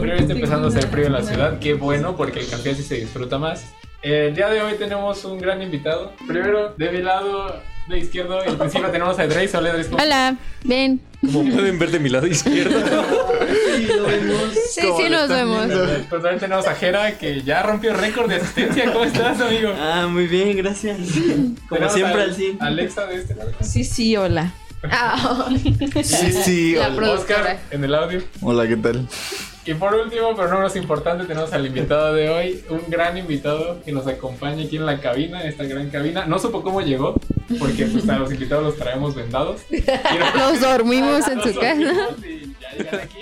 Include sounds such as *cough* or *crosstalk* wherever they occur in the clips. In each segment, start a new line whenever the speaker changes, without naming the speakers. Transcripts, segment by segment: frío, está empezando a hacer frío en la ciudad. Qué bueno, porque el café sí se disfruta más. El día de hoy tenemos un gran invitado. Primero, de mi lado, de izquierdo, y al principio tenemos a Drace. Hola, Drace. ¿cómo-
Hola, ven.
Como pueden ver de mi lado izquierdo.
Sí, sí, nos vemos.
Pues también tenemos a Jera, que ya rompió récord de asistencia. ¿Cómo estás, amigo?
Ah, muy bien, gracias. Como
Tenemos
siempre
a
al cine.
Alexa de este lado.
Sí, sí, hola. Ah.
Sí, sí.
La
hola.
Oscar
productora.
en el audio.
Hola, ¿qué tal?
Y por último, pero no menos importante, tenemos al invitado de hoy, un gran invitado que nos acompaña aquí en la cabina, en esta gran cabina. No supo cómo llegó, porque pues, a los invitados los traemos vendados. Quiero-
Nos dormimos en
Nos
su casa.
dormimos y ya llegan aquí.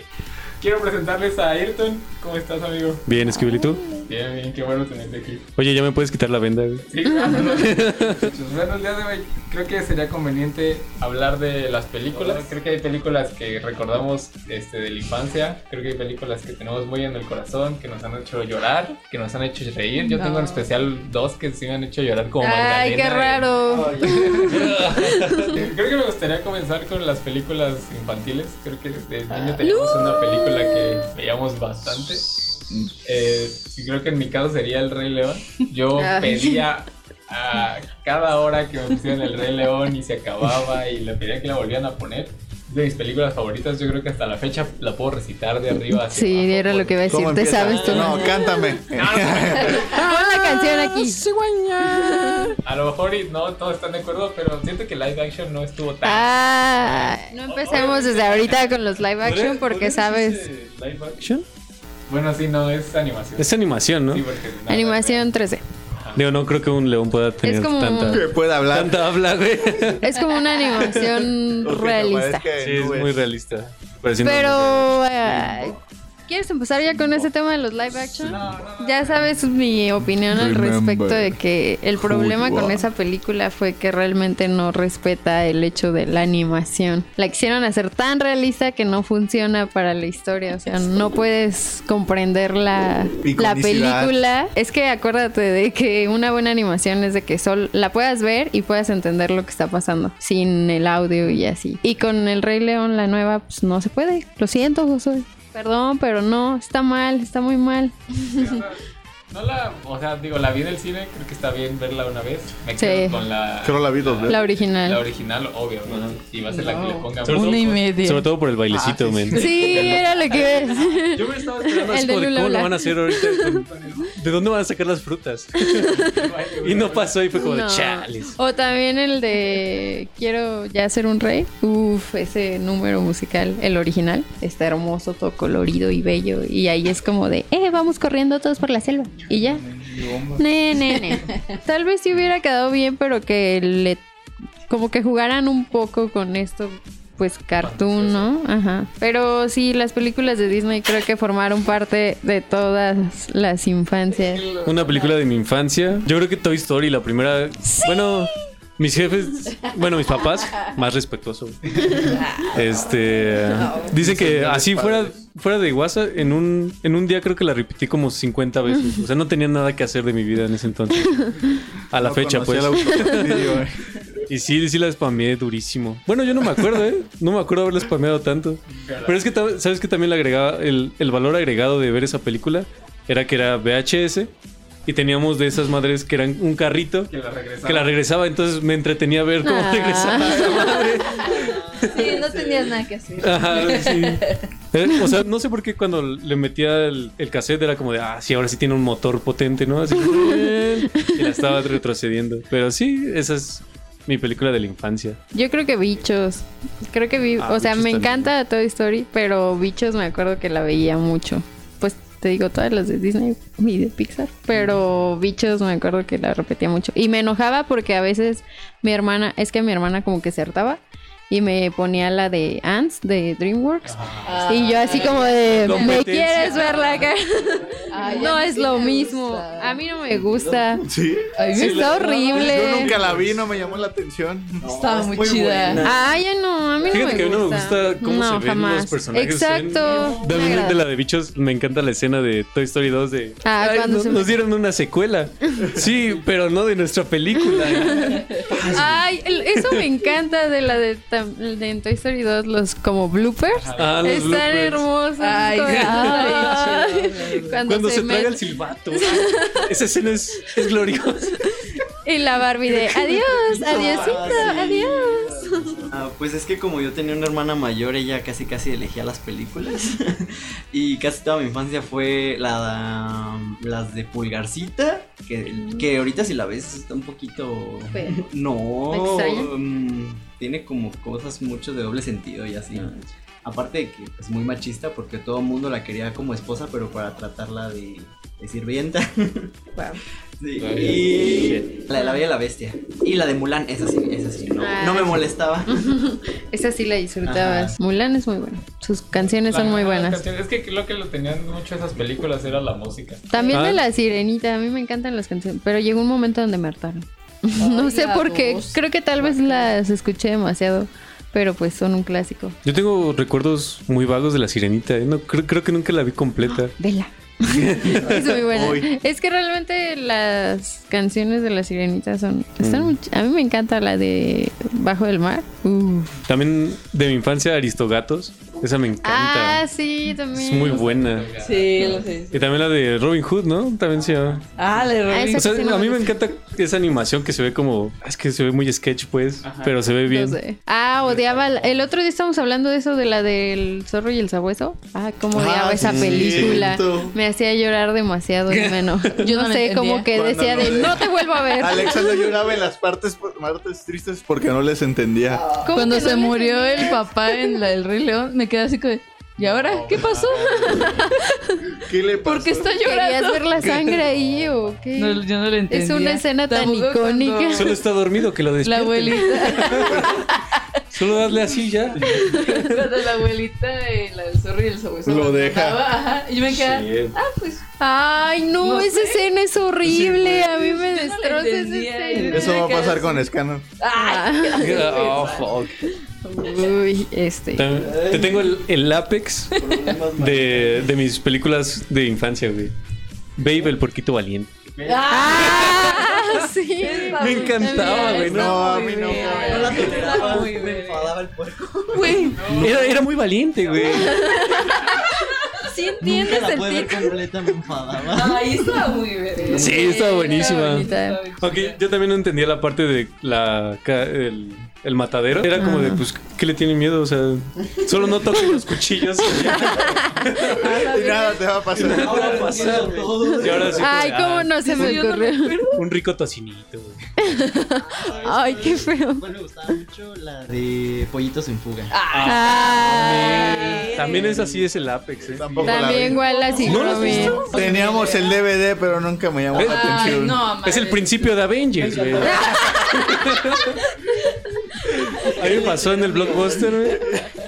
Quiero presentarles a Ayrton. ¿Cómo estás, amigo?
Bien, Esquivel, ¿y tú?
Bien, bien, qué bueno tenerte aquí.
Oye, ya me puedes quitar la venda, güey.
Sí, Pues claro. Muchos buenos días de hoy. Creo que sería conveniente hablar de las películas. Creo que hay películas que recordamos este, de la infancia. Creo que hay películas que tenemos muy en el corazón, que nos han hecho llorar, que nos han hecho reír. Yo
No.
tengo en especial dos que sí me han hecho llorar como
Ay,
Magdalena.
qué raro.
*laughs* Creo que me gustaría comenzar con las películas infantiles. Creo que desde
Ah.
niño teníamos una película que veíamos bastante. Eh, sí, creo que en mi caso sería El Rey León.
*laughs*
Yo
Ay.
pedía a cada hora que me pusieran El Rey León y se acababa y le pedía que la volvieran a poner. Es de mis películas favoritas. Yo creo que hasta la fecha la puedo recitar de arriba hacia
Sí,
abajo,
era lo que iba a
¿Cómo
decir. Te
empieza?
sabes todo.
No, cántame.
Pon la canción aquí.
A lo mejor y no todos están de acuerdo, pero siento que live action no estuvo tan...
Ah, no empecemos desde ahorita con los live action porque sabes.
eh, Live action.
¿Action?
Bueno, sí, no, es animación.
Es animación, ¿no?
Sí, porque nada,
Animación 3D.
Digo, no creo que un león pueda tener
como-
tanta,
Que pueda hablar.
tanta habla, *laughs* güey.
Es como una animación
O que te
realista.
aparezca en
Sí, es
nubes.
muy realista. Pareciendo-
Pero, eh, ¿quieres empezar ya con ese tema de los live action? Ya sabes mi opinión al
Remember
respecto de que el problema
you
con
are.
esa película fue que realmente no respeta el hecho de la animación. La quisieron hacer tan realista que no funciona para la historia. O sea, no puedes comprender la, la
Iconicidad.
película. Es que acuérdate de que una buena animación es de que sol la puedas ver y puedas entender lo que está pasando sin el audio y así. Y con el Rey León, la nueva, pues no se puede. Lo siento, Josué. Perdón, pero no, está mal, está muy mal.
No la, o sea, digo, la vi en el cine, creo que está bien verla una vez. Me
Sí.
quedo con la,
Creo la vi dos veces.
La original.
la original, obvio, ¿no? Y va a ser la que le ponga
Sobre todo
Una y
por-
media.
Sobre todo por el bailecito, men.
Ah, Sí, era lo que iba a decir.
Yo me estaba esperando
El
Es como
de
de
Lula
¿Cómo lo
Blanc.
van a hacer ahorita? *laughs* ¿De dónde van a sacar las frutas?
el baile, güey.
Y no pasó y fue como de
No.
chales.
O también el de Quiero ya ser un rey. Uf, ese número musical, el original, está hermoso, todo colorido y bello. Y ahí es como de, eh, vamos corriendo todos por la selva. Y ya. Ne, ne, ne. Tal vez sí hubiera quedado bien, pero que le. Como que jugaran un poco con esto, pues cartoon, ¿no? Ajá. Pero sí, las películas de Disney creo que formaron parte de todas las infancias.
Una película de mi infancia. Yo creo que Toy Story, la primera. Bueno, mis jefes. Bueno, mis papás, más respetuoso. Este. Dicen que así fuera, fuera de WhatsApp, en un, en un día creo que la repetí como 50 veces. O sea, no tenía nada que hacer de mi vida en ese entonces. A la
No
fecha,
conocía
pues.
el *laughs* autoconocido, güey.
Y sí, sí la spameé durísimo. Bueno, yo no me acuerdo, ¿eh? No me acuerdo haberla spameado tanto. Pero es que, ta- ¿sabes que también le agregaba? El, el valor agregado de ver esa película era que era VHS y teníamos de esas madres que eran un carrito
Que la regresaba.
que la regresaba, entonces me entretenía ver cómo
Ah.
regresaba esa madre.
*laughs* Sí, no tenías nada que hacer.
Ajá, sí. Eh, O sea, no sé por qué cuando le metía el, el cassette era como de, ah, sí, ahora sí tiene un motor potente, ¿no? Así como, "Bien". y la estaba retrocediendo. Pero sí, esa es mi película de la infancia.
Yo creo que bichos. Creo que vi,
Ah,
o sea,
Bichos
me
también.
encanta Toy Story, pero bichos me acuerdo que la veía mucho. Pues te digo todas las de Disney y de Pixar, pero bichos me acuerdo que la repetía mucho y me enojaba porque a veces mi hermana, es que mi hermana como que se hartaba y me ponía la de Ants de DreamWorks
Ah.
y yo así como de me
Competencia.
quieres ver la cara.
Ay,
no
a mí
es
Ah, sí
lo
me
mismo.
gusta.
A mí no me gusta.
Sí.
Está horrible.
Yo nunca la vi, no me llamó la atención.
Estaba muy, chida.
Ay, ya no, a mí no
Fíjate
me
que a mí no me
gusta.
gusta cómo se ven los personajes
Exacto.
De,
Me agrada.
de la de bichos, me encanta la escena de Toy Story 2 de...
Ah,
"Ay,
cuando
no-
se-
Nos dieron una
*laughs*
secuela. Sí, pero no de nuestra película.
Ay, el- eso me encanta de la de tam- en Toy Story 2 los como bloopers.
Ah, los
Están
bloopers.
hermosos.
Ay,
Como-
sí.
Ay, cuando,
Cuando se,
se,
traga
mete-
el silbato. Esa escena es, es gloriosa.
Y la Barbie de adiós, *laughs* adiósito, adiós.
Ah, pues es que como yo tenía una hermana mayor, ella casi casi elegía las películas. *laughs* y casi toda mi infancia fue la, las de Pulgarcita, que, que ahorita si la ves está un poquito...
Fea.
No.
¿Extraña?
mm, tiene como cosas mucho de doble sentido y así. Aparte de que es muy machista porque todo el mundo la quería como esposa, pero para tratarla de, de sirvienta. Sí,
Ay,
y la de la Bella y la Bestia. Y la de Mulan, esa sí, esa sí. No,
Ah,
no me
sí.
molestaba.
*laughs* Esa sí la disfrutabas.
Ajá.
Mulan es muy buena. Sus canciones son
La-
muy
las
buenas.
canciones- Es que lo que lo tenían mucho esas películas era la música.
También
Ah.
de la sirenita, a mí me encantan las canciones, pero llegó un momento donde me hartaron. *laughs* no
Ay,
sé
la
por qué,
dos.
creo que tal vez las escuché demasiado, pero pues son un clásico.
Yo tengo recuerdos muy vagos de la sirenita. ¿eh? No, creo, creo que nunca la vi completa.
Vela. *laughs* es muy buena.
Uy.
Es que realmente las canciones de la sirenita son.
Mm.
están muy ch- a mí me encanta la de Bajo del Mar. Uf.
También de mi infancia, Aristogatos. Esa me encanta.
Ah, sí, también.
es muy buena.
Sí, lo sé.
Y también la de Robin Hood, ¿no? También se llama.
Ah, le
Ah,
robé.
esa-
O sea,
*laughs* sí no
a mí
me
me encanta esa animación que se ve como. Es que se ve muy sketch, pues.
Ajá.
Pero se ve bien.
No sé. Ah, odiaba. la- El otro día estábamos hablando de eso, de la del zorro y el sabueso. Ah, cómo odiaba
Ah,
esa
sí,
película. *laughs*
cierto.
Me hacía llorar
*laughs*
demasiado, y me eno-
Yo
no
no la
sé,
entendía.
como que
Cuando
decía
lo
de
de-
no te vuelvo a
*laughs*
ver.
Alexa no lloraba en las partes, partes tristes porque no les entendía.
¿Cómo
Cuando
que no
se
le
murió
entendí?
el papá en la del Rey León, me quedé así como, ¿y ahora qué pasó?
¿Qué le pasó?
¿Por qué está
¿Querías
llorando?
ver la sangre ahí o qué?
No, yo no lo entendí.
Es una escena tan icónica.
Solo está dormido que lo
La
despierten.
abuelita,
Solo dale
*laughs*
así ya.
cuando la abuelita de la del zorro y el sabueso
Lo deja.
abandonaba, ajá, y yo me quedé, ah, pues
Ay, no, pues,
No
esa
sé.
escena es horrible. a mí me
Yo no la
destroza esa
entendía.
escena. Ah,
Eso va a
Me quedé
pasar
así.
con Escano.
ay,
Oh, fuck.
Uy, este.
También- Te tengo el, el Apex de, de mis películas de infancia, güey. Babe, el porquito valiente.
Ah, *laughs* sí.
Me encantaba, güey. No.
No, a mí no.
No la toleraba muy bien.
el puerco.
Era, era muy valiente, güey.
Sí
Nunca
entiendes
la
el
pude ver
título.
completa, me enfadaba.
Ay, estaba muy bien.
Sí, estaba
Está
buenísima.
bonita.
Ok, yo también no entendía la parte de la ca- el, el matadero. Era como de, pues, ¿qué le tiene miedo? O sea, solo no toques los cuchillos.
Y nada te va a pasar.
Ahora
*laughs*
lo
pasar,
entiendo todo.
Y ahora sí. como
Ay,
de,
cómo
ah,
no se me ocurrió.
Un rico tocinito, güey.
Ay, qué feo.
Bueno, me gustaba mucho la de Pollitos en Fuga.
Ah,
También es así, es el Apex, ¿eh?
Tampoco la
también
vi.
Wallace y
¿No lo has
Gromit.
visto?
Teníamos el DVD, pero nunca me llamó la
Ah,
atención.
Es el principio de Avengers, güey. *laughs* A mí me pasó en el blockbuster, güey,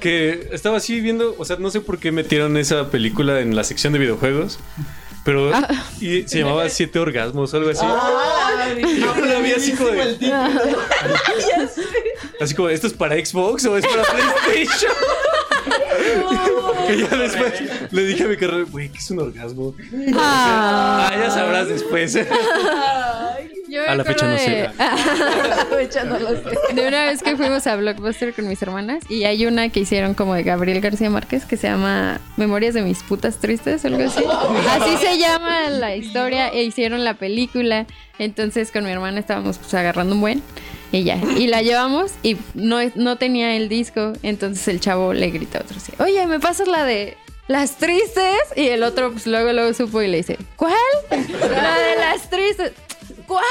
que estaba así viendo, o sea, no sé por qué metieron esa película en la sección de videojuegos, pero y se llamaba Siete Orgasmos o algo así.
Ah.
*laughs*
Yo la vi así como de- *laughs* Así como, ¿esto es para Xbox o es para PlayStation? *laughs* Y ya después le dije a mi carrera, güey, ¿qué es un orgasmo?
Ah,
Ah, ya sabrás *laughs* después.
yo me
A la fecha no
acuerdo de-
sé.
De una vez que fuimos a Blockbuster con mis hermanas y hay una que hicieron como de Gabriel García Márquez que se llama Memorias de mis putas tristes, algo así. Así se llama la historia e hicieron la película. Entonces con mi hermana estábamos pues agarrando un buen y ya. Y la llevamos y no, no tenía el disco. Entonces el chavo le grita a otro así, oye, ¿me pasas la de las tristes? Y el otro pues luego luego supo y le dice, ¿cuál? La de las tristes. ¿Cuál?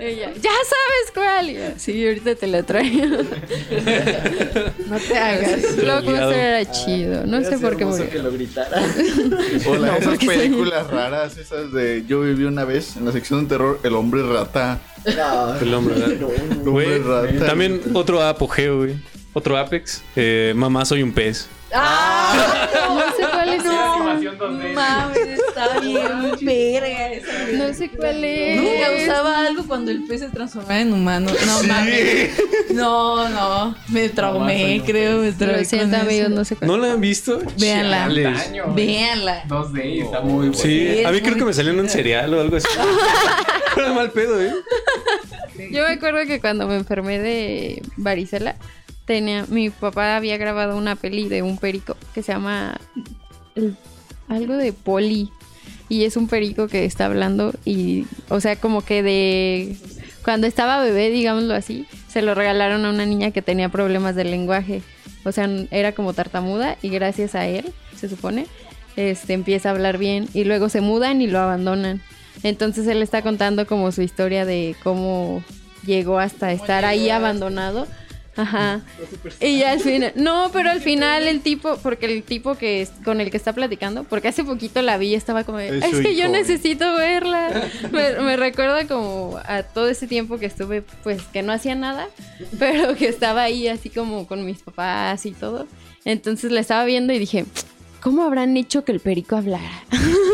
Ella, ya sabes cuál. Y yo, sí, ahorita te la traigo. *laughs* no te hagas. Blockbuster era chido. No sé por qué murió.
que lo gritara.
O
*laughs*
la-
No,
esas
porque soy-
películas raras, esas de Yo viví una vez en la sección de terror, El hombre rata.
El hombre, ¿verdad?
El hombre
Güey, eh,
rata.
también otro apogeo, güey. Otro Apex. Eh, mamá, soy un pez.
*laughs* No sé cuál es. No,
Animación 2D.
Mames, está bien verga esa.
no sé cuál
No,
es.
causaba algo cuando el pez se transformaba en humano. No mames. No, no. Me traumé, creo. Me traumé.
Lo siento,
con
amigos,
eso.
no sé cuál.
¿No la han visto?
Véanla.
Chales.
Daño.
Véanla.
2D, eh. está muy bueno.
Sí,
Sí,
a mí
es
creo
muy
que me salió en un cereal o algo así. Era mal pedo, ¿eh?
Yo me acuerdo que cuando me enfermé de varicela, tenía, mi papá había grabado una peli de un perico que se llama el- algo de poli. Y es un perico que está hablando y, o sea, como que de cuando estaba bebé, digámoslo así, se lo regalaron a una niña que tenía problemas de lenguaje. O sea, n- era como tartamuda y gracias a él, se supone, este empieza a hablar bien y luego se mudan y lo abandonan. Entonces él está contando como su historia de cómo llegó hasta estar ahí abandonado. Ajá. Y
*laughs*
ya al final, no, pero al final el tipo, porque el tipo que es- con el que está platicando, porque hace poquito la vi y estaba como, de,
Es
es,
su
que yo
hijo".
necesito
*laughs*
verla. Me, me recuerda como a todo ese tiempo que estuve, pues que no hacía nada, pero que estaba ahí así como con mis papás y todo. Entonces la estaba viendo y dije, ¿cómo habrán hecho que el perico hablara? *laughs*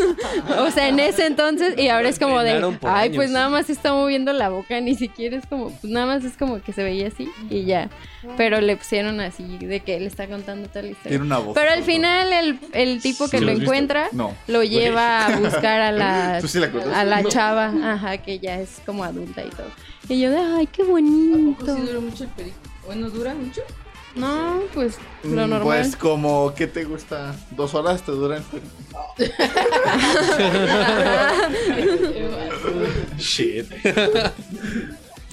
o sea, en ese entonces, y ahora es como de,
Entrenaron por
ay, pues
años".
nada más está moviendo la boca, ni siquiera es como, pues nada más es como que se veía así y ya. Pero le pusieron así, de que él está contando toda la
Tiene
historia.
una voz.
Pero al final el, el tipo que
¿Sí
lo
lo has visto?
encuentra
No.
lo lleva a buscar a la,
*laughs* ¿Tú sí la conoces?
a la chava, ajá, que ya es como adulta y todo. Y yo de, ay, qué bonito.
dura mucho el perico? Bueno, dura
*laughs*
mucho.
No, pues
Mm,
lo normal. *laughs*
Pues como, ¿qué te gusta? ¿Dos horas te duran?
Shit.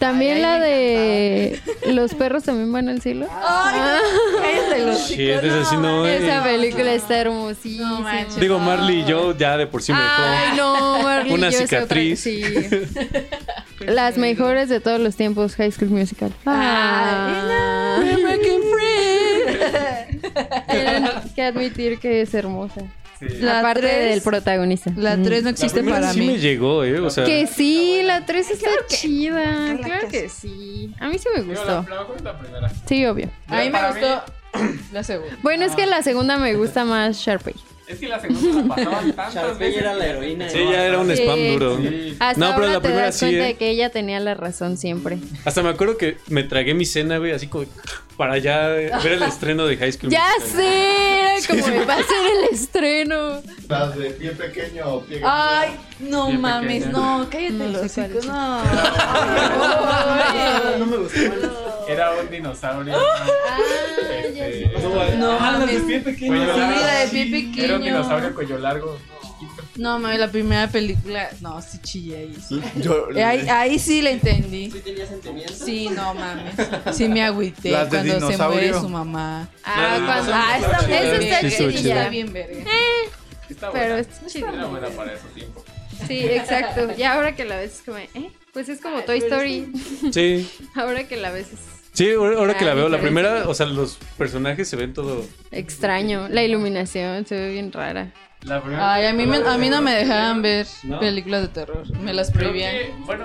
También
Ay,
la
ay, me
de los perros también van al cielo. Ah,
Cállate los
Shit, esa sí no es.
Esa película está hermosísima.
No manches.
Digo, Marley y yo ya de por sí me
Ay, no, Marley,
Una
yo sé otra-
cicatriz. *laughs*
sí. Las mejores de todos los tiempos, High School Musical. Ah. *laughs* Tienen que admitir que es hermosa.
Sí.
La,
La
parte
tres.
del protagonista. Mm.
La 3 no existe
primera
para
sí me
mí.
llegó, eh, o sea,
Que sí, la 3 está chida.
que la
Ah, Claro
casa.
que sí. A mí sí me
Digo, la,
gustó.
la mejor es la primera.
Sí, obvio.
A mí me
Para
gustó la segunda.
Bueno, es que la segunda me gusta más Sharpay.
Es que la segunda la
*laughs*
pasaban tantas
Sharpay
veces.
era la heroína.
sí ya era un
Sí.
spam duro.
Sí.
Hasta
No, pero
ahora
la
te
primera
das
sí,
cuenta
eh.
de que ella tenía la razón
*laughs*
siempre.
Hasta me acuerdo que me tragué mi cena, güey, así como para ya ver el estreno de High School.
¡Ya
Musical.
sé! Era como va a ser el estreno.
Las de pie pequeño o pie
Ay, no
Bien
mames,
pequeña.
no, cállate
No
los
sé cuál
chicos,
es.
no. Ah,
No me gustó.
Era un dinosaurio. Este,
No mames.
cuello
Sí,
largo.
la de pie
Era un
pequeño.
dinosaurio cuello largo, chiquito.
No mames, la primera película, no, sí chillé ahí. sí.
Yo-
Eh, Ahí, ahí sí la entendí.
¿Sí tenía sentimientos?
Sí, no mames. Sí me agüité
Las de
cuando se
dinosaurio.
muere su mamá.
Ah, cuando. Ah,
está
esa- esa
bien. Sí,
está
estuvo
chida,
Está bien verga.
Está
Pero
buena.
es chida.
Era buena para ese tiempo.
Sí, exacto. Y ahora que la ves es como, ¿eh? Pues es como Toy Story.
Sí.
*laughs* Ahora que la ves es
Sí, ahora ahora que la
Ah,
veo, la
diferente.
primera, o sea, los personajes se ven todo.
extraño. La iluminación se ve bien rara.
La primera-
Ay, a mí, me- a mí no me dejaban ver
¿No?
películas de terror. Me las
Creo
prohibían.
que, bueno,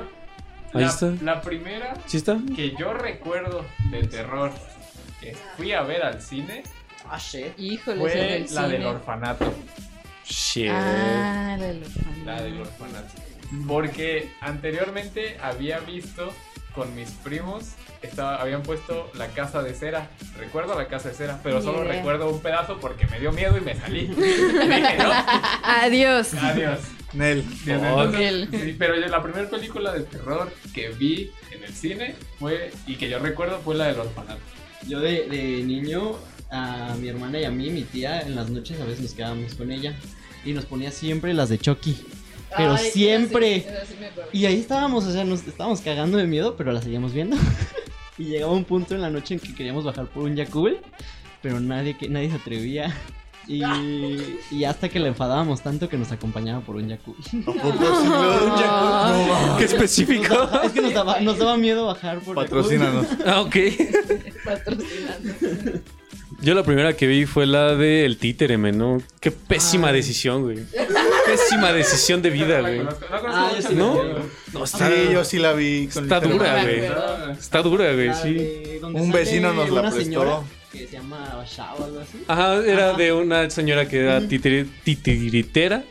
Ahí
la-
está.
la primera
¿Sí está?
que yo recuerdo de terror que fui a ver al cine
Ah, shit.
Híjole, en
fue
el
la
cine.
del orfanato.
Shit.
Ah, la del orfanato.
La del orfanato. Porque anteriormente había visto con mis primos, estaba, habían puesto la casa de cera. Recuerdo la casa de cera, pero
Ni
solo
idea.
recuerdo un pedazo porque me dio miedo y me
*laughs*
salí. Y dije, no,
Adiós.
adiós.
Nel.
Desde
Oh,
entonces-
Nel.
sí, pero yo- la primera película de terror que vi en el cine fue, y que yo recuerdo fue la del orfanato.
Yo de, de niño, a mi hermana y a mí, mi tía, en las noches a veces nos quedábamos con ella. Y nos ponía siempre las de Chucky. Pero
Ay,
siempre.
esa sí- esa sí me acuerdo.
Y ahí estábamos, o sea, nos estábamos cagando de miedo, pero la seguíamos viendo. *laughs* y llegaba un punto en la noche en que queríamos bajar por un Yakul, pero nadie, que, nadie se atrevía.
*laughs*
Y, y hasta que la enfadábamos tanto que nos acompañaba por un
*laughs*
Yakul.
Tampoco sí lo de un Yakult. No, va.
Qué específico.
*laughs* es que nos daba, nos daba miedo bajar por Yakult.
Patrocínanos.
Ah, ok.
*laughs* Patrocinando.
Yo la primera que vi fue la de El Títere, men, ¿no? Qué pésima decisión, güey. Pésima decisión de vida,
No la *laughs*
güey.
conozco, no
Ah,
conozco
yo sí
mucho de
¿No?
ella.
No, está,
Sí, yo sí la vi. con
está
mi
dura,
hermano.
güey.
Ah,
Está dura, güey,
La
sí.
de donde
Un
sale
vecino nos la
una
prestó.
señora Que se llama Shao o algo así.
Ajá, era
Ajá.
de una señora que era títere- titiritera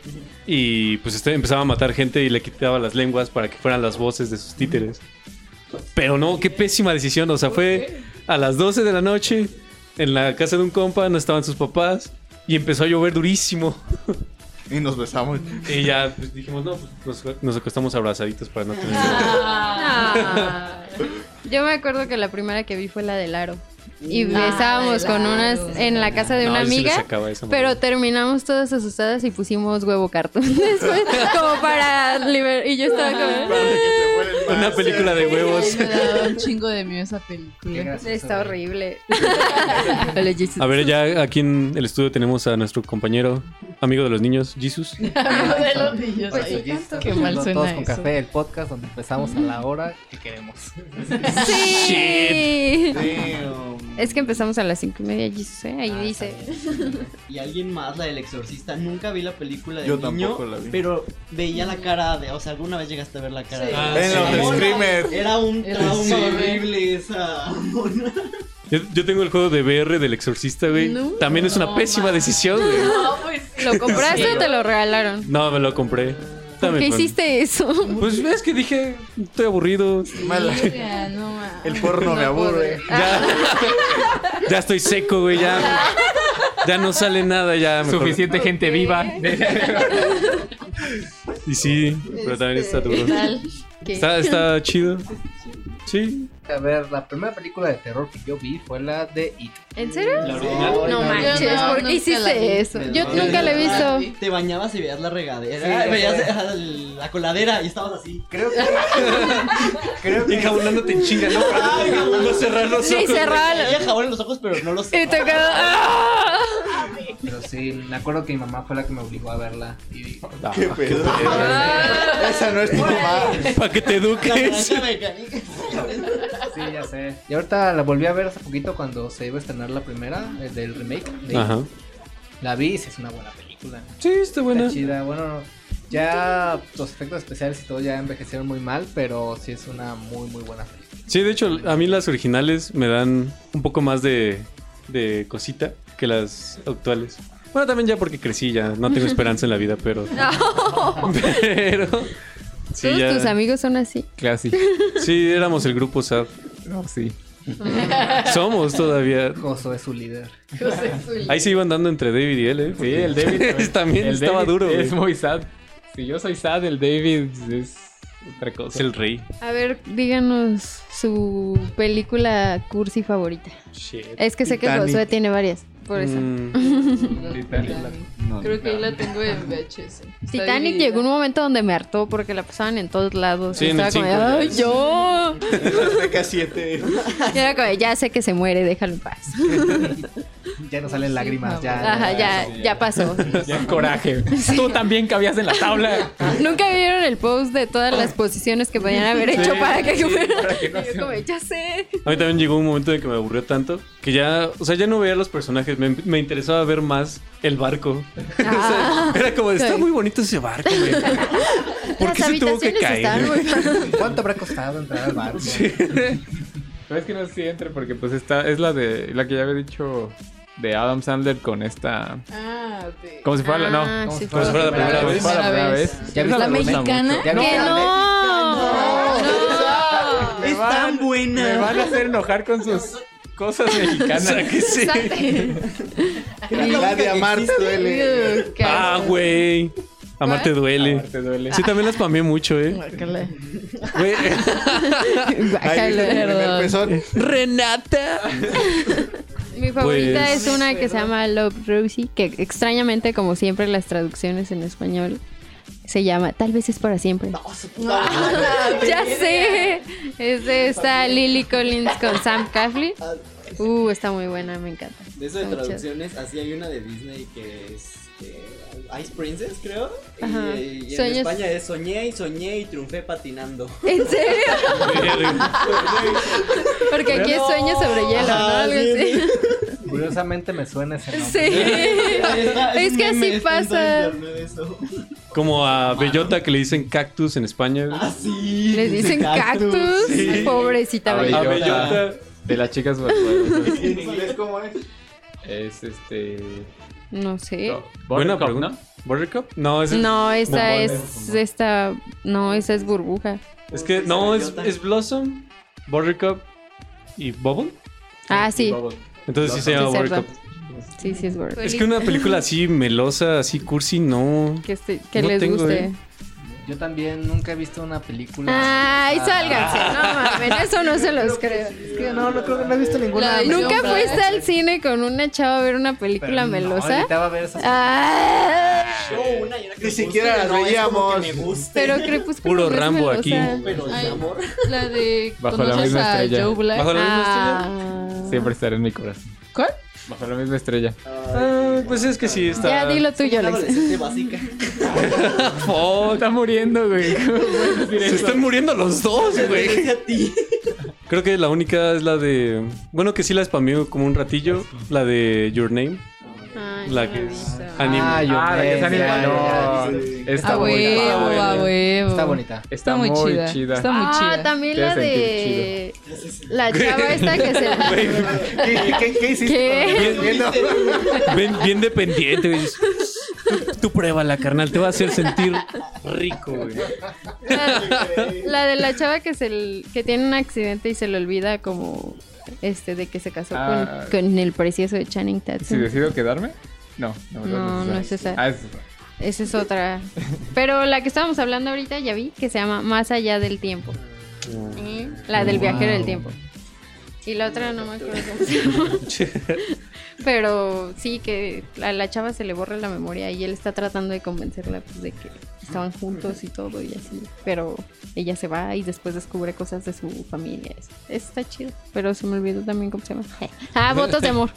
y pues este, empezaba a matar gente y le quitaba las lenguas para que fueran las voces de sus títeres. Pero no, qué pésima decisión. O sea, fue a las 12 de la noche en la casa de un compa, no estaban sus papás y empezó a llover durísimo.
Y nos besamos.
Y ya pues, dijimos, no, pues, nos, nos acostamos abrazaditos para no tener.
Ah.
Ah. Yo me acuerdo que la primera que vi fue la del aro. y
Nah,
besábamos con
claro.
unas en la casa de
No,
una
yo sí le
amiga.
sacaba esa
Pero
madre.
terminamos todas asustadas y pusimos huevo cartón *laughs* después, como para liberar. Y yo estaba como. Ah,
Una película de huevos. *laughs*
Me daba un chingo de miedo esa película.
Está *laughs* horrible. Hola, Jesus.
A ver, ya aquí en el estudio tenemos a nuestro compañero, amigo de los niños, Jesus.
*laughs* de los niños.
Oye,
Ay,
aquí está
Qué mal
Todos
suena
con
eso.
café, el podcast donde empezamos a la hora que queremos.
Sí.
*laughs*
um,
Damn.
Es que empezamos a las cinco y media, Jesus, ¿eh? Ahí
Ah,
dice.
está bien. Y alguien más, la del exorcista. Nunca vi la película de
Yo
niño,
tampoco la vi.
pero veía la cara de. O sea, alguna vez llegaste a ver la cara
Sí.
de.
Ah,
En
sí.
los screamers.
Era un
Era
trauma
sí.
horrible esa mona.
Yo, yo tengo el juego de VR del exorcista, güey.
No.
También es una
No,
pésima
ma.
decisión, güey.
No, pues sí.
¿Lo compraste
Sí.
o te lo regalaron?
No, me lo compré.
¿Por
Dame,
qué
pues.
hiciste eso?
Pues ves que dije, estoy aburrido.
Mala.
Mira, no mames.
El porno me
No
aburre.
podré.
*laughs*
Ya, ya estoy seco, güey. Ya, ya no sale nada, ya. mejor.
Suficiente gente viva.
Y sí, pero también está duro.
¿Qué tal? ¿Qué?
Está, está chido. Sí.
A ver, la primera película de terror que yo vi fue la de It.
¿En serio?
La
original.
original.
No manches,
no,
¿por
nunca
qué
la vi.
hiciste eso? Yo
No,
nunca la he
no,
visto.
no.
Ah, Te bañabas y veías la regadera.
Sí,
veías
ya sé.
ah, la coladera y estabas así.
Creo que. creo que.
Enjabulándote en chinga, ¿no? Para no cerrar los
Sí, cerralo.
Tenía jabón en los ojos, pero no los.
Y te quedó. ¡Ah!
Pero sí, me acuerdo que mi mamá fue la que me obligó a verla. Y
Ah,
Qué pedo. Esa no es tu mamá.
Para que
*laughs*
te
La
eduques.
naranja mecánica.
sí, ya sé. Y ahorita la volví a ver hace poquito cuando se iba a estrenar la primera, el del remake. de It.
Ajá.
La vi y sí es una buena película.
Sí, está
Está
buena.
chida. Bueno, ya los efectos especiales y todo ya envejecieron muy mal, pero sí es una muy, muy buena película.
Sí, de hecho, a mí las originales me dan un poco más de, de cosita que las actuales. Bueno, también ya porque crecí, ya no
*laughs*
tengo esperanza en la vida, pero. Pero. Sí,
Todos
ya.
tus amigos son así.
Clásico.
*laughs*
Sí, éramos el grupo SAD.
No, sí.
Somos todavía.
Josué es su líder.
Ahí se iban dando entre David y él, ¿eh?
Sí, el David
*laughs*
*laughs*
también, estaba
David
duro,
Es
güey.
muy sad. Si yo soy sad, el David es otra
Es
cosa.
el rey.
A ver, díganos su película cursi favorita. Es que sé que
Titanic.
Josué tiene varias, por eso.
Mm,
Creo que ahí la tengo en VHS. Está
Titanic
dividida.
llegó un momento donde me hartó porque la pasaban en todos lados.
Sí,
Y
en el
estaba como,
cinco.
¡ay,
*laughs*
yo!
TK7.
Y era como, ya sé que se muere, déjalo en paz.
Ya no salen lágrimas,
*laughs*
ya.
Ajá, ya, ya *laughs* pasó.
Ya coraje.
*laughs*
Tú también cabías en la tabla.
Nunca vieron el post de todas las posiciones que podían haber hecho para que
*laughs*
para que
*laughs*
no
Y yo como, ya sé.
A mí también llegó un momento en que me aburrió tanto que ya, o sea, ya no veía los personajes, me, me interesaba ver más el barco. *laughs*
Ah,
O sea, era como, está
Sí.
muy bonito ese
*laughs*
barco, güey. ¿Por
Las
qué se tuvo que
habitaciones estaban
caer? *laughs*
muy padres.
¿Cuánto habrá costado entrar al barco?
Pero es que no sé si entre porque pues esta es la de la que ya había dicho de Adam Sandler con esta
Ah, ok.
como si fuera la
Ah,
no.
sí,
Como si fuera la primera
Como si
vez.
fuera la primera
Primera
vez. Esa
¿Ya viste
me
¿La
gusta
mexicana?
mucho.
Ya
¡Que
no.
no!
Me
Es
van-
tan buena.
Me van a hacer enojar con sus cosas
*laughs*
mexicanas.
Salte.
La de Amarte duele.
Qué
Ah,
asco.
güey. Amarte duele.
Te duele.
Sí, también las pamé mucho, eh.
*laughs* Guácala.
Güey,
Ahí viste el primer
Guácala.
pezón.
*laughs* Mi favorita
Pues-
es una que se llama Love Rosie, que extrañamente, como siempre, las traducciones en español se llama Tal vez es para siempre.
*laughs*
ya sé. Es de esta Lily Collins con Sam Claflin. Uh, está muy buena, me encanta.
De eso de
Muchas.
traducciones, así hay una de Disney que es eh, Ice Princess, creo. Y-
Ajá.
Y, en
Sueños.
España es soñé y soñé y triunfé patinando.
*laughs* ¿En serio? Porque aquí es sueño sobre hielo, ¿no?
Ajá,
Algo
Ah, sí,
así.
Curiosamente me suena ese nombre.
Sí.
Está-
*laughs* Es
un
que así
meme, está en todo
pasa.
internet eso.
*laughs* Como a Bellota que le dicen cactus en España. güey.
Ah, Así.
Les dicen cactus.
Sí.
Pobrecita
A
Bella.
A
Bellota.
Bellota.
De las chicas superpoderosas.
*laughs*
¿En inglés cómo es?
es este
No sé.
no,
Buena
Buttercup,
pregunta.
¿no?
¿Buttercup? No, *laughs* es,
No, esa
Bombones.
es esta. No, esa es burbuja.
es que no, es, es Blossom, Buttercup y Bubble.
Ah, sí.
Bubble.
Entonces sí se
Sí,
llama
cierto.
Buttercup.
Sí, sí es burbuja.
Es que una película así melosa, así cursi, no.
Que, este- que
No
les
tengo,
guste.
eh.
Yo también nunca he visto una película.
Ay,
Ah,
sálganse. No mames, eso no se los
creo que
creo. Ah,
sí, güey. no, no creo que no he visto ninguna.
La de
película.
¿Nunca
Yo,
fuiste
¿verdad?
al cine con una chava a ver una
Pero
película
no,
melosa?
necesitaba ver esas-
Ah,
Ni siquiera las veíamos.
*laughs*
pero crepúsculo.
Puro
no es
Rambo
melosa. Ah.
aquí.
Ay, la de
Bajo la
conoces
misma
a
estrella.
Joe Black.
Bajo la misma estrella.
Ah.
Siempre estará en mi corazón.
¿Cuál?
Bajo la misma estrella.
Ah, pues es que sí está.
Ya
*laughs*
di lo tuyo, Alex.
adolescente básica.
Oh, está muriendo, güey.
*laughs* Se están muriendo los dos,
*laughs*
güey.
a ti.
Creo que la única es la de. Bueno, que sí la spameo como un ratillo. La de Your Name.
Ay,
La
no
que
he
es
visto.
anime.
Ah, yo
Ah, la que es
ya,
anime,
ya, ya,
no.
ya, sí.
Está
A
buena.
huevo, a huevo.
Está bonita.
Está muy chida.
Está ah, muy
ah,
chida.
también
Te
la
hace sentir
de. La chava esta que se.
¿Qué, qué, qué hiciste?
*laughs* ¿Qué?
Viendo-
Bien, bien dependiente, güey. Tú, tú pruébala, carnal. Te va a hacer sentir rico, güey.
La, la de la chava que, se, l- que tiene un accidente y se le olvida como. Este, de que se casó
Ah.
con, con el precioso de Channing Tatum.
Si decido quedarme. No, no,
No, no es esa.
Ah, es esa.
Esa es otra. Pero la que estábamos hablando ahorita, ya vi, que se llama Más allá del tiempo. ¿Eh? La del viajero del tiempo. Y la otra no me acuerdo cómo se llama. Pero sí, que a la chava se le borra la memoria y él está tratando de convencerla pues, de que estaban juntos y todo y así. Pero ella se va y después descubre cosas de su familia. Eso, eso está chido. Pero se me olvidó también cómo se llama. *laughs* Ah, votos de amor.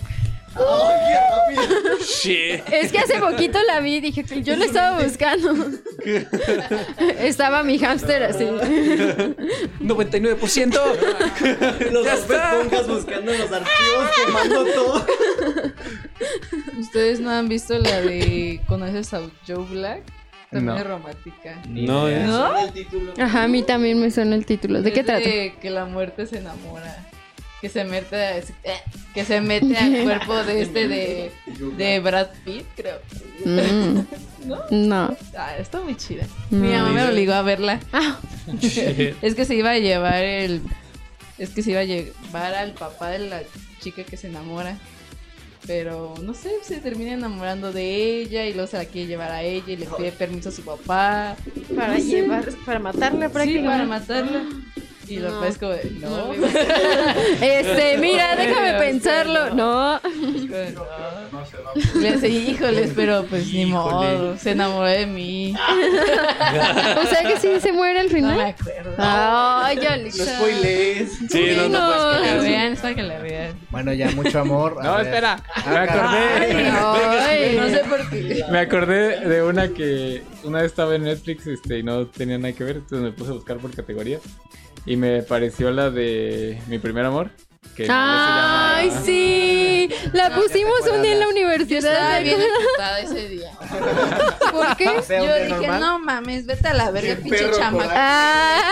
Shit.
Es que hace poquito la vi y dije que yo la estaba buscando. estaba mi hámster así.
99%.
Los esponjas buscando en los archivos, quemando todo.
Ustedes no han visto la de conoces a Joe Black. También
No.
es romántica.
No, eh.
¿No?
Ajá, a mí también me suena el título. ¿De qué
Es
trata?
que la muerte se enamora. Que se mete a- eh, que se mete
*laughs*
al cuerpo de este de, de Brad Pitt, creo.
Mm.
¿No?
No.
Ah, está muy chida.
No.
Mi mamá me obligó a verla.
Ah,
eh, *laughs* Shit.
Es que se iba a llevar el es que se iba a llevar al papá de la chica que se enamora. Pero no sé, se termina enamorando de ella y luego se la quiere llevar a ella y le pide permiso a su papá.
para llevar, para matarla
Sí,
prácticamente.
para matarla. Y
No.
lo es como de, no.
No. Este, *laughs* mira, déjame pensarlo. No.
*laughs* Le hace, híjoles, pero pues ni modo. Se enamoró de mí.
O sea que sí se muere al
No me
final.
acuerdo.
Ay, Alexa.
Sí, no, no puedes
Para que la
pelear.
vean, es para que la vean.
Bueno, ya mucho
*laughs*
amor.
No,
A ver.
espera.
Ah,
Me acordé.
Ay, *laughs* ay.
No sé por qué.
Me acordé de una que una vez estaba en Netflix este, y no tenía nada que ver, entonces me puse a buscar por categorías y me pareció la de Mi primer amor. Que en
Ay,
inglés se llama-
sí. La
No, qué
pusimos un día en la
temporada.
Estaba
universidad.
bien excitada ese día.
¿Por qué?
sea, un
Yo
día
dije,
normal.
no mames, vete a la verga, pinche
perro
chamaco.
*laughs* Ah,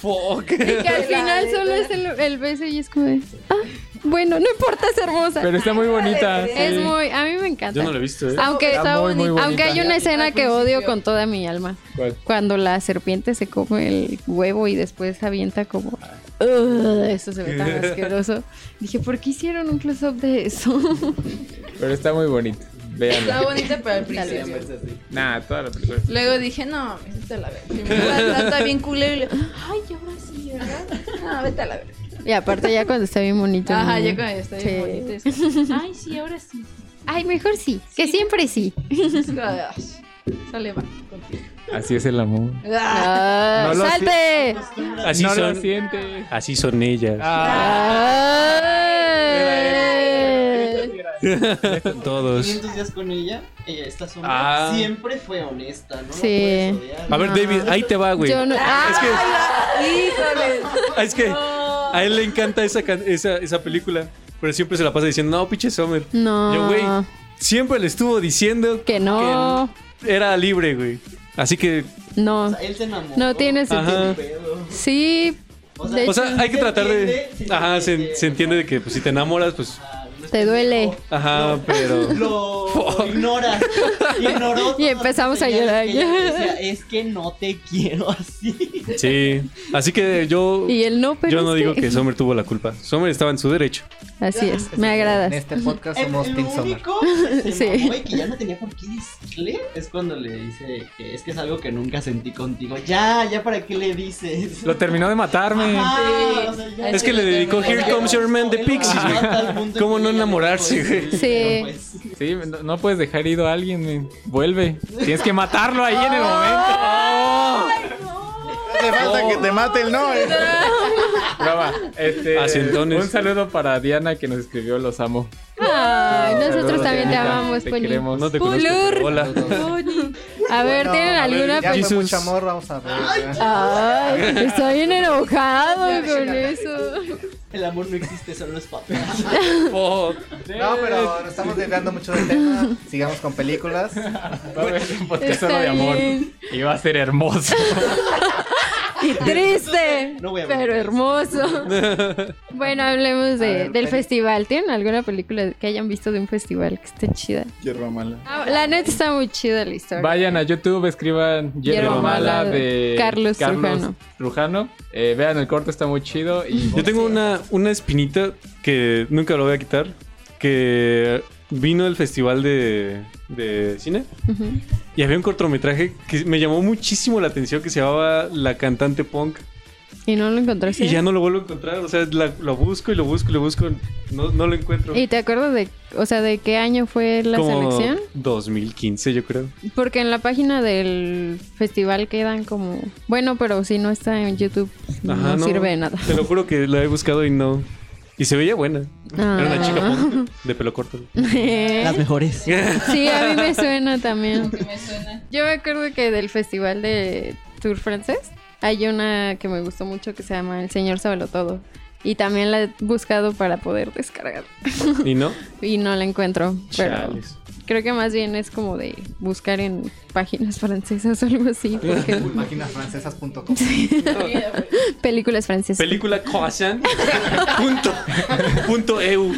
Fuck.
y que al final solo es el, el beso y es como de, ah, bueno, no importa, es hermosa.
Pero está muy bonita.
es
sí.
muy, a mí me encanta.
Yo no lo he visto, eh.
Aunque,
Está muy, muy bonita.
aunque hay una escena
Al
que odio
principio.
con toda mi alma.
¿Cuál?
Cuando la serpiente se come el huevo y después avienta como... "Ugh", eso se ve tan
*laughs*
asqueroso. Dije, ¿por qué hicieron un close-up de eso?
Pero está muy bonita. Veanla.
Estaba bonita, pero al principio.
Nah, toda la película.
Luego dije, no, mames, vete a la verga. Primero la trata bien culero y le, ay, y ahora sí, ¿verdad? No, vete a la verga.
y aparte ya cuando está bien bonito.
Ajá,
¿no?
yo cuando estoy
Sí.
bien bonita. es como, Ay, sí, ahora sí.
Ay, mejor sí, que siempre sí.
Es como de, "Ay, Sale va contigo.
Así es el amor.
Ah,
*laughs* Ah,
No lo
¡Salte!
Así
no lo
son. Ah.
sientes.
Así son ellas.
Ah.
Ah. Ay.
Todos.
500 días con ella, ella esta sombra
Ah.
siempre fue honesta, ¿no? La
Sí.
puedes odiar.
A ver, David, ahí te va, güey.
Yo no- Ah.
Es que.
Híjole.
Es que a él le encanta esa, can- esa, esa película, pero siempre se la pasa diciendo, no, pinche Summer.
No.
Yo, güey, siempre le estuvo diciendo
Que no.
que era libre, güey. Así que,
O
No.
sea, él se enamoró.
No tiene
Ajá.
sentido. Sí. de
o
hecho,
sea, hay que
se
tratar de...
entiende, sí,
Ajá,
sí,
se,
sí.
se entiende de que pues, si te enamoras, pues...
Ah, no es
Te duele.
pendejo.
Ajá,
*laughs*
pero...
Lo
*laughs*
ignora. Ignoró. todas
Y empezamos
las
a llorar.
señales que ella
*laughs*
decía, es que no te quiero así.
Sí. Así que yo...
Y él no, pero.
Yo no
es *laughs*
digo que Summer tuvo la culpa. Summer estaba en su derecho.
Así es, me agradas.
En este podcast somos
el,
Team
el
Summer.
*laughs*
único que se
Sí.
mamó y que ya no tenía por qué decirle es cuando le dice que es que es algo que nunca sentí contigo. Ya, ya para qué le dices.
Lo terminó de matarme.
Ajá, o sea, ya-
Es que le dedicó
Pero
Here
ya
Comes Your Man de
él
Pixies,
amaba
güey.
a tal punto
¿Cómo
que
no
ella le
enamorarse,
dijo eso, pero
güey?
Sí.
pues,
Sí, no, no puedes dejar ido a alguien, men. vuelve. Tienes que matarlo ahí en el momento.
hace falta que te mate el no, eh.
Brava. Este,
Asientones.
un saludo para Diana que nos escribió, los amo.
Ay, nosotros
Saludos,
también te
Dianita,
amamos,
te
Poli.
queremos.
No te conozco, pero
Blur. *laughs*
hola.
A ver, ¿tienen
Bueno, a ver,
alguna
Ya fue
Jesus.
mucho amor, vamos a ver.
Ay, estoy bien enojado con eso.
El amor no existe, son los papeles.
Oh,
No, pero nos estamos desviando mucho del tema. Sigamos con películas.
Va a haber un podcast
Está
solo de amor.
bien.
Y va a ser hermoso.
*laughs* Y triste,
*laughs* No voy a ver.
pero
*laughs*
hermoso. Bueno, hablemos de-
A ver,
del
peli-
festival. ¿Tienen alguna película que hayan visto de un festival que esté chida?
Hierba mala.
Ah, La neta está muy chida la historia.
Vayan a YouTube, escriban Hierba,
Hierba
Mala
Mala
de
Carlos Trujano.
Trujano. Eh, vean, el corto está muy chido. Y
Yo tengo una, una espinita que nunca lo voy a quitar. Que vino del festival de, de cine
Ujú.
y había un cortometraje que me llamó muchísimo la atención que se llamaba La cantante punk.
Y no lo encontraste.
Y ya no lo vuelvo a encontrar. O sea, la- lo busco y lo busco y lo busco. No, no lo encuentro.
¿Y te acuerdas de, o sea, de qué año fue la
Como
selección?
2015, yo creo.
Porque en la página del festival quedan como, bueno, pero si no está en YouTube
Ajá,
no, sirve de nada.
Te lo juro que la he buscado y no. Y se veía buena. Era una
*laughs*
chica punk de pelo corto.
Las mejores.
sí, a mí me suena también.
que me suena.
Yo me acuerdo que del festival de Tour francés hay una que me gustó mucho que se llama El Señor Sábelo Todo. Y también la he buscado para poder descargar. *laughs*
Y no.
Y no la encuentro. Pero
Chales.
creo que más bien es como de buscar en páginas francesas o algo así.
*laughs*
Porque
Maquinasfrancesas.com.
películas francesas.
Película Croissant. *laughs* punto. Punto E EU.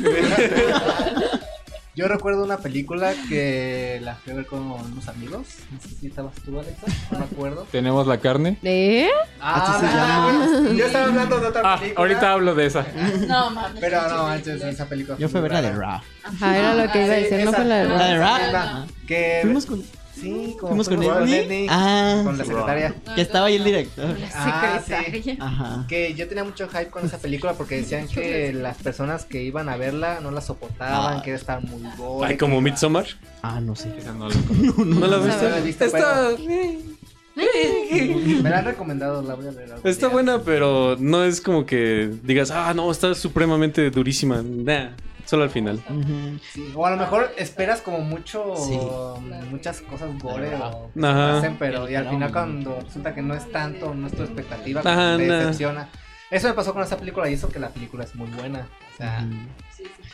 Yo recuerdo una película que la fui a ver con unos amigos. No sé si estabas tú, Alexa. No me acuerdo.
Tenemos la carne.
¿Eh?
Ah,
se
no, no, no. Yo estaba hablando de otra
Ah,
película.
ahorita hablo de esa.
No mames.
Pero no, antes esa película.
Yo fui a ver la de
Ra.
Ra.
Ajá, era lo que iba a
Sí,
decir, no
esa-
fue la
no.
verdad.
La Ah, de Ra.
Ra.
Que.
Fuimos con.
Sí, como
fuimos con
Edney.
Edney,
Ah,
Con la secretaria.
que estaba ahí el director.
Ah, sí.
Ajá.
Que yo tenía mucho hype con esa película porque decían que las personas que iban a verla no la soportaban,
Ah.
que estaba muy gore.
Ay, como Midsommar.
Ah, no sé.
Esa no la conozco.
¿No la
No, no la he
viste?
visto,
Está,
Me la han recomendado, la voy a ver. algún
está
día.
buena, pero no es como que digas, ah, no, está supremamente durísima. Nah, solo al final.
Ujú.
Sí, O a lo mejor esperas como mucho,
Sí.
muchas cosas gore
Ajá.
o que
Ajá.
hacen, pero y al final cuando resulta que no es tanto, no es tu expectativa, como
Ajá,
que te
nah.
decepciona. Eso me pasó con esa película y eso que la película es muy buena. O sea,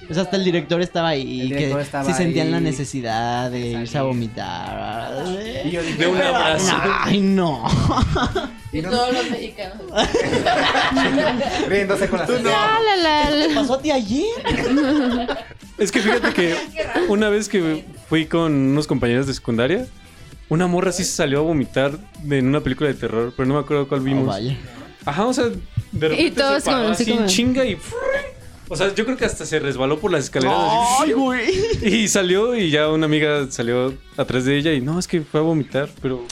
Pues hasta el director estaba ahí.
El director
que
estaba
sí sentían la
ahí.
necesidad de irse a
salir.
vomitar.
y yo dije,
De un
"Pero,
abrazo.
Ay, no.
y no-
Todos los mexicanos.
riéndose con las
La, la, la,
*laughs*
la.
¿Pasó a ti *laughs* ayer?
Es que fíjate que una vez que fui con unos compañeros de secundaria, una morra sí se salió a vomitar en una película de terror, pero no me acuerdo cuál
Oh,
vimos.
vaya.
Ajá, o sea, de repente
todos
se paró
con- así
así en
como-
chinga y... O sea, yo creo que hasta se resbaló por las escaleras. así.
Ay, güey.
Y salió y ya una amiga salió atrás de ella y no, es que fue a vomitar, pero...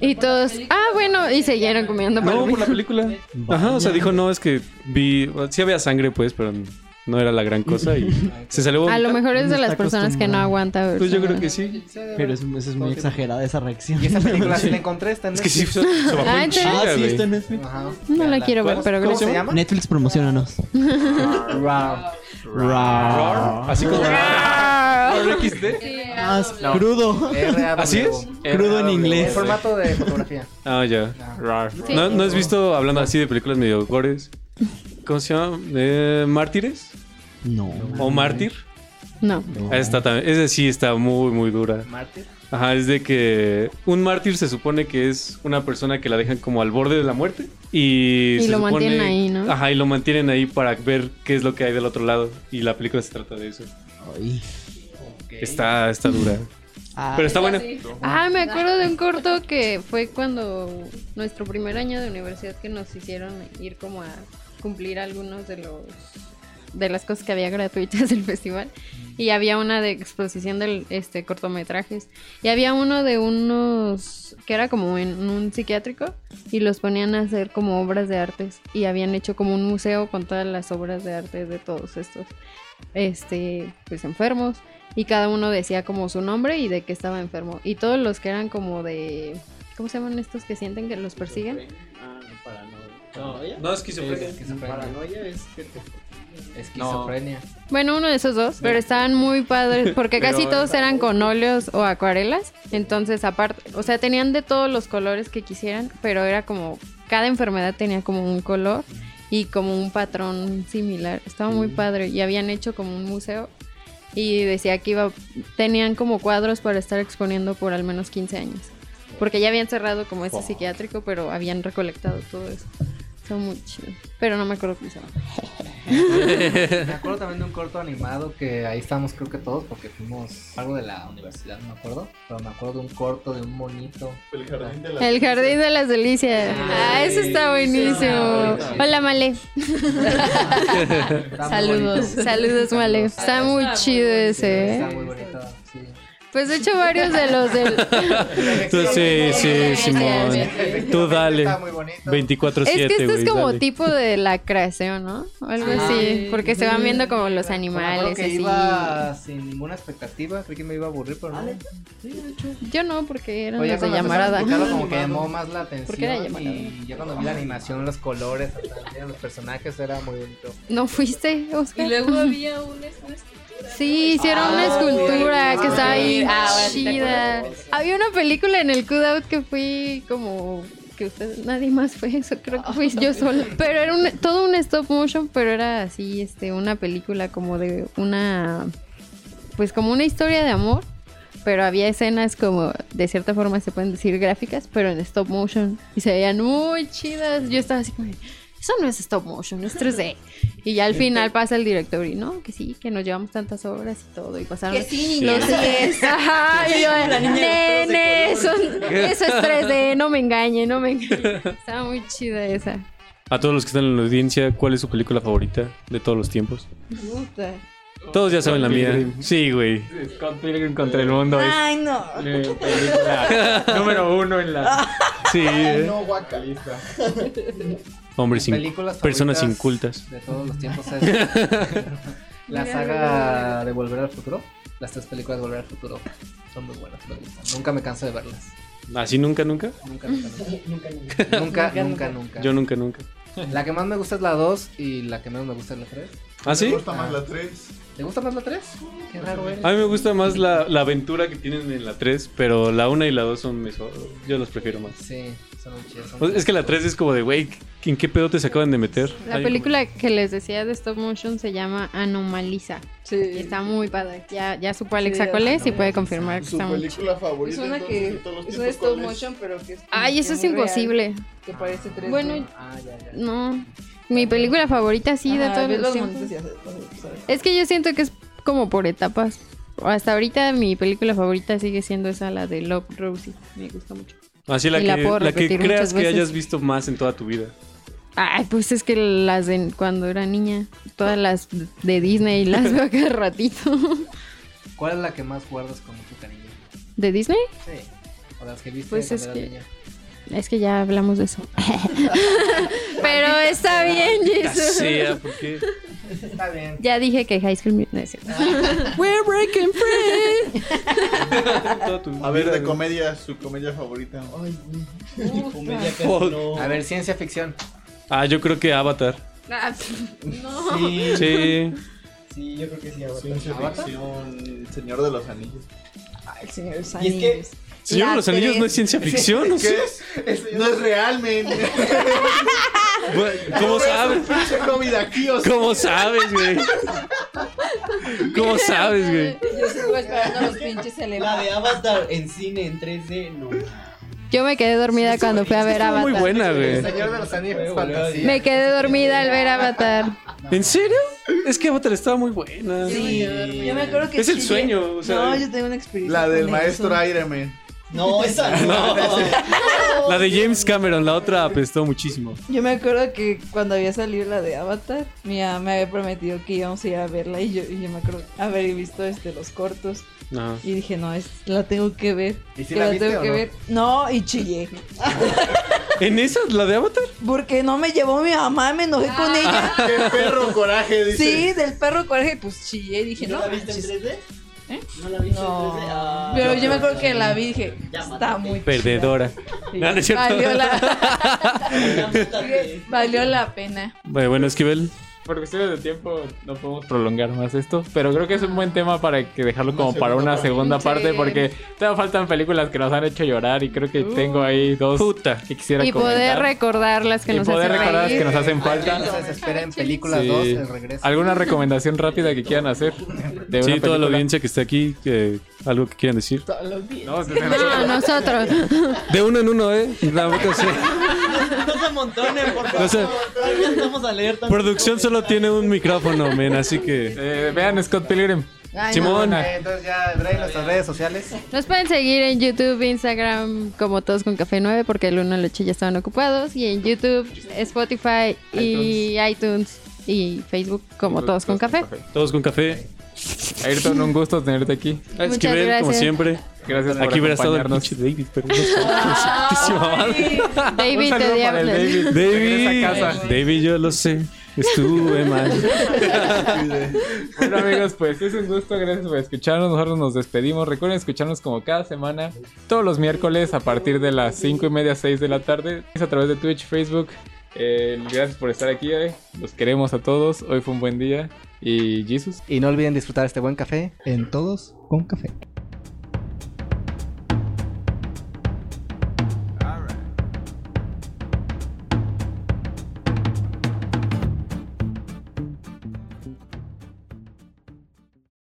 Y todos, ah, bueno, y siguieron comiendo
No, por
palomitas.
la película. Ajá, o sea, dijo, no, es que vi... Sí había sangre, pues, pero no era la gran cosa y
*laughs*
se salió...
A lo
vomitar.
mejor es de
No
las
está
personas que no
acostumbrada.
aguanta ver.
Pues yo creo
sangre.
que sí.
Pero eso, eso es muy exagerada esa reacción.
Y esa película sí la encontré, está en
Es que sí,
*laughs*
Netflix.
se, se bajó
Ah,
en
entonces-
chinga,
Ah, sí,
güey.
está en Netflix.
Ajá.
No la
Véanla.
quiero ver,
¿Cómo-
pero
¿Cómo
gracias.
se llama?
Netflix, promocionanos.
Ra.
Ra.
Así como...
Ah.
ah,
Más crudo.
R.A.W..
¿Así es?
Crudo en
En
inglés.
formato de fotografía.
Ah, ya.
Rar.
Sí.
¿No, ¿No has visto, hablando así de películas medio gores, cómo se llama? Eh, ¿Mártires?
No.
¿O Mártir?
No.
No.
Esta también, esa sí está muy, muy dura.
Mártir.
Ajá, es de que un mártir se supone que es una persona que la dejan como al borde de la muerte y,
Y
se
lo
supone-
mantienen ahí, ¿no?
Ajá, y lo mantienen ahí para ver qué es lo que hay del otro lado y la película se trata de eso.
Ay.
Está, está dura,
Ah,
pero está buena.
Ah, me acuerdo de un corto que fue cuando nuestro primer año de universidad que nos hicieron ir como a cumplir algunos de los de las cosas que había gratuitas del *laughs* festival. Y había una de exposición de este, cortometrajes. Y había uno de unos que era como en un psiquiátrico y los ponían a hacer como obras de artes. Y habían hecho como un museo con todas las obras de arte de todos estos este, pues enfermos. Y cada uno decía como su nombre y de qué estaba enfermo. Y todos los que eran como de... ¿Cómo se llaman estos que sienten que los persiguen?
Ah, no, paranoia.
No, es que
Paranoia es que te-
Esquizofrenia.
Bueno, uno de esos dos, pero estaban muy padres porque casi todos eran con óleos o acuarelas. Entonces, aparte, o sea, tenían de todos los colores que quisieran, pero era como cada enfermedad tenía como un color y como un patrón similar. Estaba muy padre y habían hecho como un museo y decía que iba tenían como cuadros para estar exponiendo por al menos 15 años. Porque ya habían cerrado como ese psiquiátrico, pero habían recolectado todo eso. Está muy chido. Pero no me acuerdo cómo se llama.
Me acuerdo también de un corto animado que ahí estábamos creo que todos porque fuimos algo de la universidad, no me acuerdo. Pero me acuerdo de un corto de un monito.
El jardín de
El jardín de las delicias. Ah, eso está buenísimo. Hola, Male.
Está muy
Saludos.
bonito.
Saludos, Male. Está muy chido ese.
Está
¿eh?
muy bonito, sí.
Pues de hecho varios de los
*laughs*
del...
*laughs* Tú *laughs* sí, sí, Simón. Tú dale.
Está muy bonito.
24-7,
Es que esto es
güey,
como
dale.
tipo de la creación, ¿no? O algo
Ajá.
así. Porque se van viendo como los
Me acuerdo
animales
que
así.
iba sin ninguna expectativa, creí que me iba a aburrir, pero no.
Yo no, porque eran
Oye,
los de
cuando empezaron a
llamarada. *laughs*
explicarlo, como que llamó más la
Porque era
atención y ya cuando vi la animación, los colores, hasta los personajes, era muy bonito.
¿No fuiste, Oscar?
Y luego había un es-
Sí, hicieron una
Ah,
escultura
sí.
que estaba
Ah,
bien
ahora sí te
chida. Había una película en el Cut Out que fui como que usted, nadie más fue eso, creo que fui
*laughs*
yo sola. Pero era un- todo un stop motion, pero era así, este, una película como de una, pues como una historia de amor, pero había escenas como, de cierta forma se pueden decir gráficas, pero en stop motion y se veían muy chidas. Yo estaba así como, de, eso no es stop motion, es 3D. Y ya al final pasa el director y no, que sí, que nos llevamos tantas horas y todo. Y pasaron.
Que sí,
Los es. *laughs* Ajá, y yo, nene, eso, *laughs* eso es 3D, no me engañe, no me engañe. Estaba muy chida esa.
A todos los que están en la audiencia, ¿cuál es su película favorita de todos los tiempos?
puta.
Todos ya saben la mía.
Pilgrim.
Sí, güey.
Scott Pilgrim contra el mundo es
Ay, no.
Ah,
mi película número uno en la
Sí. eh.
No, guaca.
lista.
*laughs* Hombres sin
Películas
personas
favoritas
incultas.
De todos los tiempos
*laughs*
es la saga de Volver al Futuro. Las tres películas de Volver al Futuro son muy buenas, me gustan. Nunca me canso de verlas.
¿Así nunca, nunca?
Nunca, nunca, *laughs* nunca. Nunca, nunca, nunca.
Yo nunca, nunca.
La que más me gusta es la 2 y la que menos me gusta es la 3.
¿Ah,
Me
sí?
gusta más la 3.
¿Te gusta más la 3? Qué raro ¿eh? eres.
A mí me gusta más la, la aventura que tienen en la 3, pero la 1 y la 2 son mis... Yo las prefiero más.
Sí, son muy chidas. son
O sea, Pues Es que la 3 es como de, güey, ¿en qué pedo te se acaban de meter?
La
Ay,
película que les decía de stop motion se llama Anomaliza. Y
Sí.
está muy padre. Ya, ya supo Alexa
Sí,
cuál es y puede
Anomaliza.
confirmar que
Su
está muy chida.
película favorita.
Es una
entonces, de
que
todos los
es
tiempos,
una stop
¿cuál es?
motion, pero que es como
Ay,
que
eso es
muy real,
imposible.
que parece 3D.
Bueno,
Ah, ya, ya.
no. Mi película favorita sí de
Ajá,
todos
ves
los
los
tiempos.
montes y haces cosas, ¿sabes?
Es que yo siento que es como por etapas. Hasta ahorita mi película favorita sigue siendo esa, la de Love Rosie. Me gusta mucho.
Así la
Y la
que,
puedo
la que
repetir muchas
creas que
veces.
hayas visto más en toda tu
*laughs*
vida.
Ay, pues es que las de cuando era niña, todas las de Disney las veo cada ratito.
¿Cuál es la que más guardas con mucho cariño?
¿De Disney?
Sí. O las que viste
Pues
cuando
es
eras
que-
niña.
Es que ya hablamos de eso. Pero está bien, Jesús.
sea, ¿por qué?
Está bien.
Ya dije que High School Musical. no es cierto. We're breaking free.
Toda tu
A ver,
vida,
de
güey.
comedia, su comedia favorita. Ay, güey.
Comedia casi
Fuck.
no.
A ver, ciencia ficción.
Ah, yo creo que Avatar.
Ah, pff,
Sí,
Sí.
sí, yo creo que sí. Avatar.
Ciencia
¿Avatar?
ficción, El Señor de los Anillos.
Ay, el señor de los
Y es que-
Anillos.
Señor de los
La
Anillos no es
tres.
ciencia ficción, ¿no? sé.
*laughs*
¿Qué es? No es real, men.
Güey, ¿Cómo sabes?
Pinche COVID aquí, o sea.
¿Cómo sabes, güey? ¿Cómo sabes, güey?
Yo sigo esperando los pinches
La
elevados.
de Avatar en cine en 3D, no.
Yo me quedé dormida cuando fui a ver
Estuvo muy
Avatar.
buena,
El
güey.
Señor de los Anillos es
Huevo, le va a
fantasía.
decir.
Me quedé dormida al ver Avatar.
¿En serio? Es que Avatar estaba muy buena.
Sí.
Sí.
Yo me acuerdo que
Es el
chillé.
sueño, o sea-
No, yo tengo una experiencia.
La del
con eso.
maestro aire, men.
No, esa no.
La de James Cameron, la otra apestó muchísimo.
Yo me acuerdo que cuando había salido la de Avatar, mi mamá me había prometido que íbamos a ir a verla y yo, y yo me acuerdo haber visto este, los cortos
Ajá.
y dije, no, es, la tengo que ver.
¿Y si
que
la viste
tengo
o
que
no?
ver. No, y chillé.
¿En esa? ¿La de Avatar?
Porque no me llevó mi mamá, me enojé con ella.
¡Qué perro coraje! Dice.
Sí, del perro coraje, pues chillé, dije,
¿No
no.
la viste en
manches".
3D?
¿Eh?
¿No la viste
No.
en 3D? Ah,
Pero yo me
pero-
acuerdo que la vi y dije,
Ya
está
mátate.
muy
Perdedora.
chida". Y
No, no es cierto.
Valió la,
Ya mátate.
valió la pena.
Bueno, bueno, Esquivel.
Por cuestiones de tiempo no podemos prolongar más esto, pero creo que es un buen tema para que dejarlo como para una segunda
Sí.
parte, porque todavía faltan películas que nos han hecho llorar y creo que
Uh.
tengo ahí dos
Puta.
que quisiera
Y poder
comentar.
recordar las que
Y
nos
poder
hacen
recordar las
reír.
que nos hacen
No
falta.
se desesperen, películas
Sí.
2, el regreso.
¿Alguna recomendación rápida que quieran hacer? De
Sí,
una
toda la
película?
audiencia que está aquí, que- algo que quieran decir.
No, se-
No, nosotros.
De uno en uno, ¿eh? Tampoco sé.
No se amontonen, por favor.
No sé.
Todavía Estamos a leer tanto.
Producción solo tiene un micrófono, men, así que...
eh, vean Scott Pilgrim.
Ay,
Simón.
no.
Eh, entonces ya, Drey, nuestras redes sociales.
Nos pueden seguir en YouTube, Instagram, como todos con Café 9, porque el 1 y el 8 ya estaban ocupados. Y en YouTube, Spotify y iTunes y Facebook, como todos con Café.
Todos con café.
Ayrton, un gusto tenerte aquí.
Muchas
Esquivel, como
gracias.
siempre.
Gracias por
Aquí hubiera estado el
acompañarnos.
pinche David, pero no sé. Santísima madre.
Un
David,
saludo
te
para el
hablas.
David.
David,
Regresa a casa.
David, yo lo sé. Estuve mal.
Bueno amigos, pues es un gusto, gracias por escucharnos, nosotros nos despedimos, recuerden escucharnos como cada semana, todos los miércoles a partir de las 5 y media, 6 de la tarde, es a través de Twitch, Facebook, Eh, gracias por estar aquí hoy, los queremos a todos, hoy fue un buen día y Jesus.
Y no olviden disfrutar este buen café en todos con café.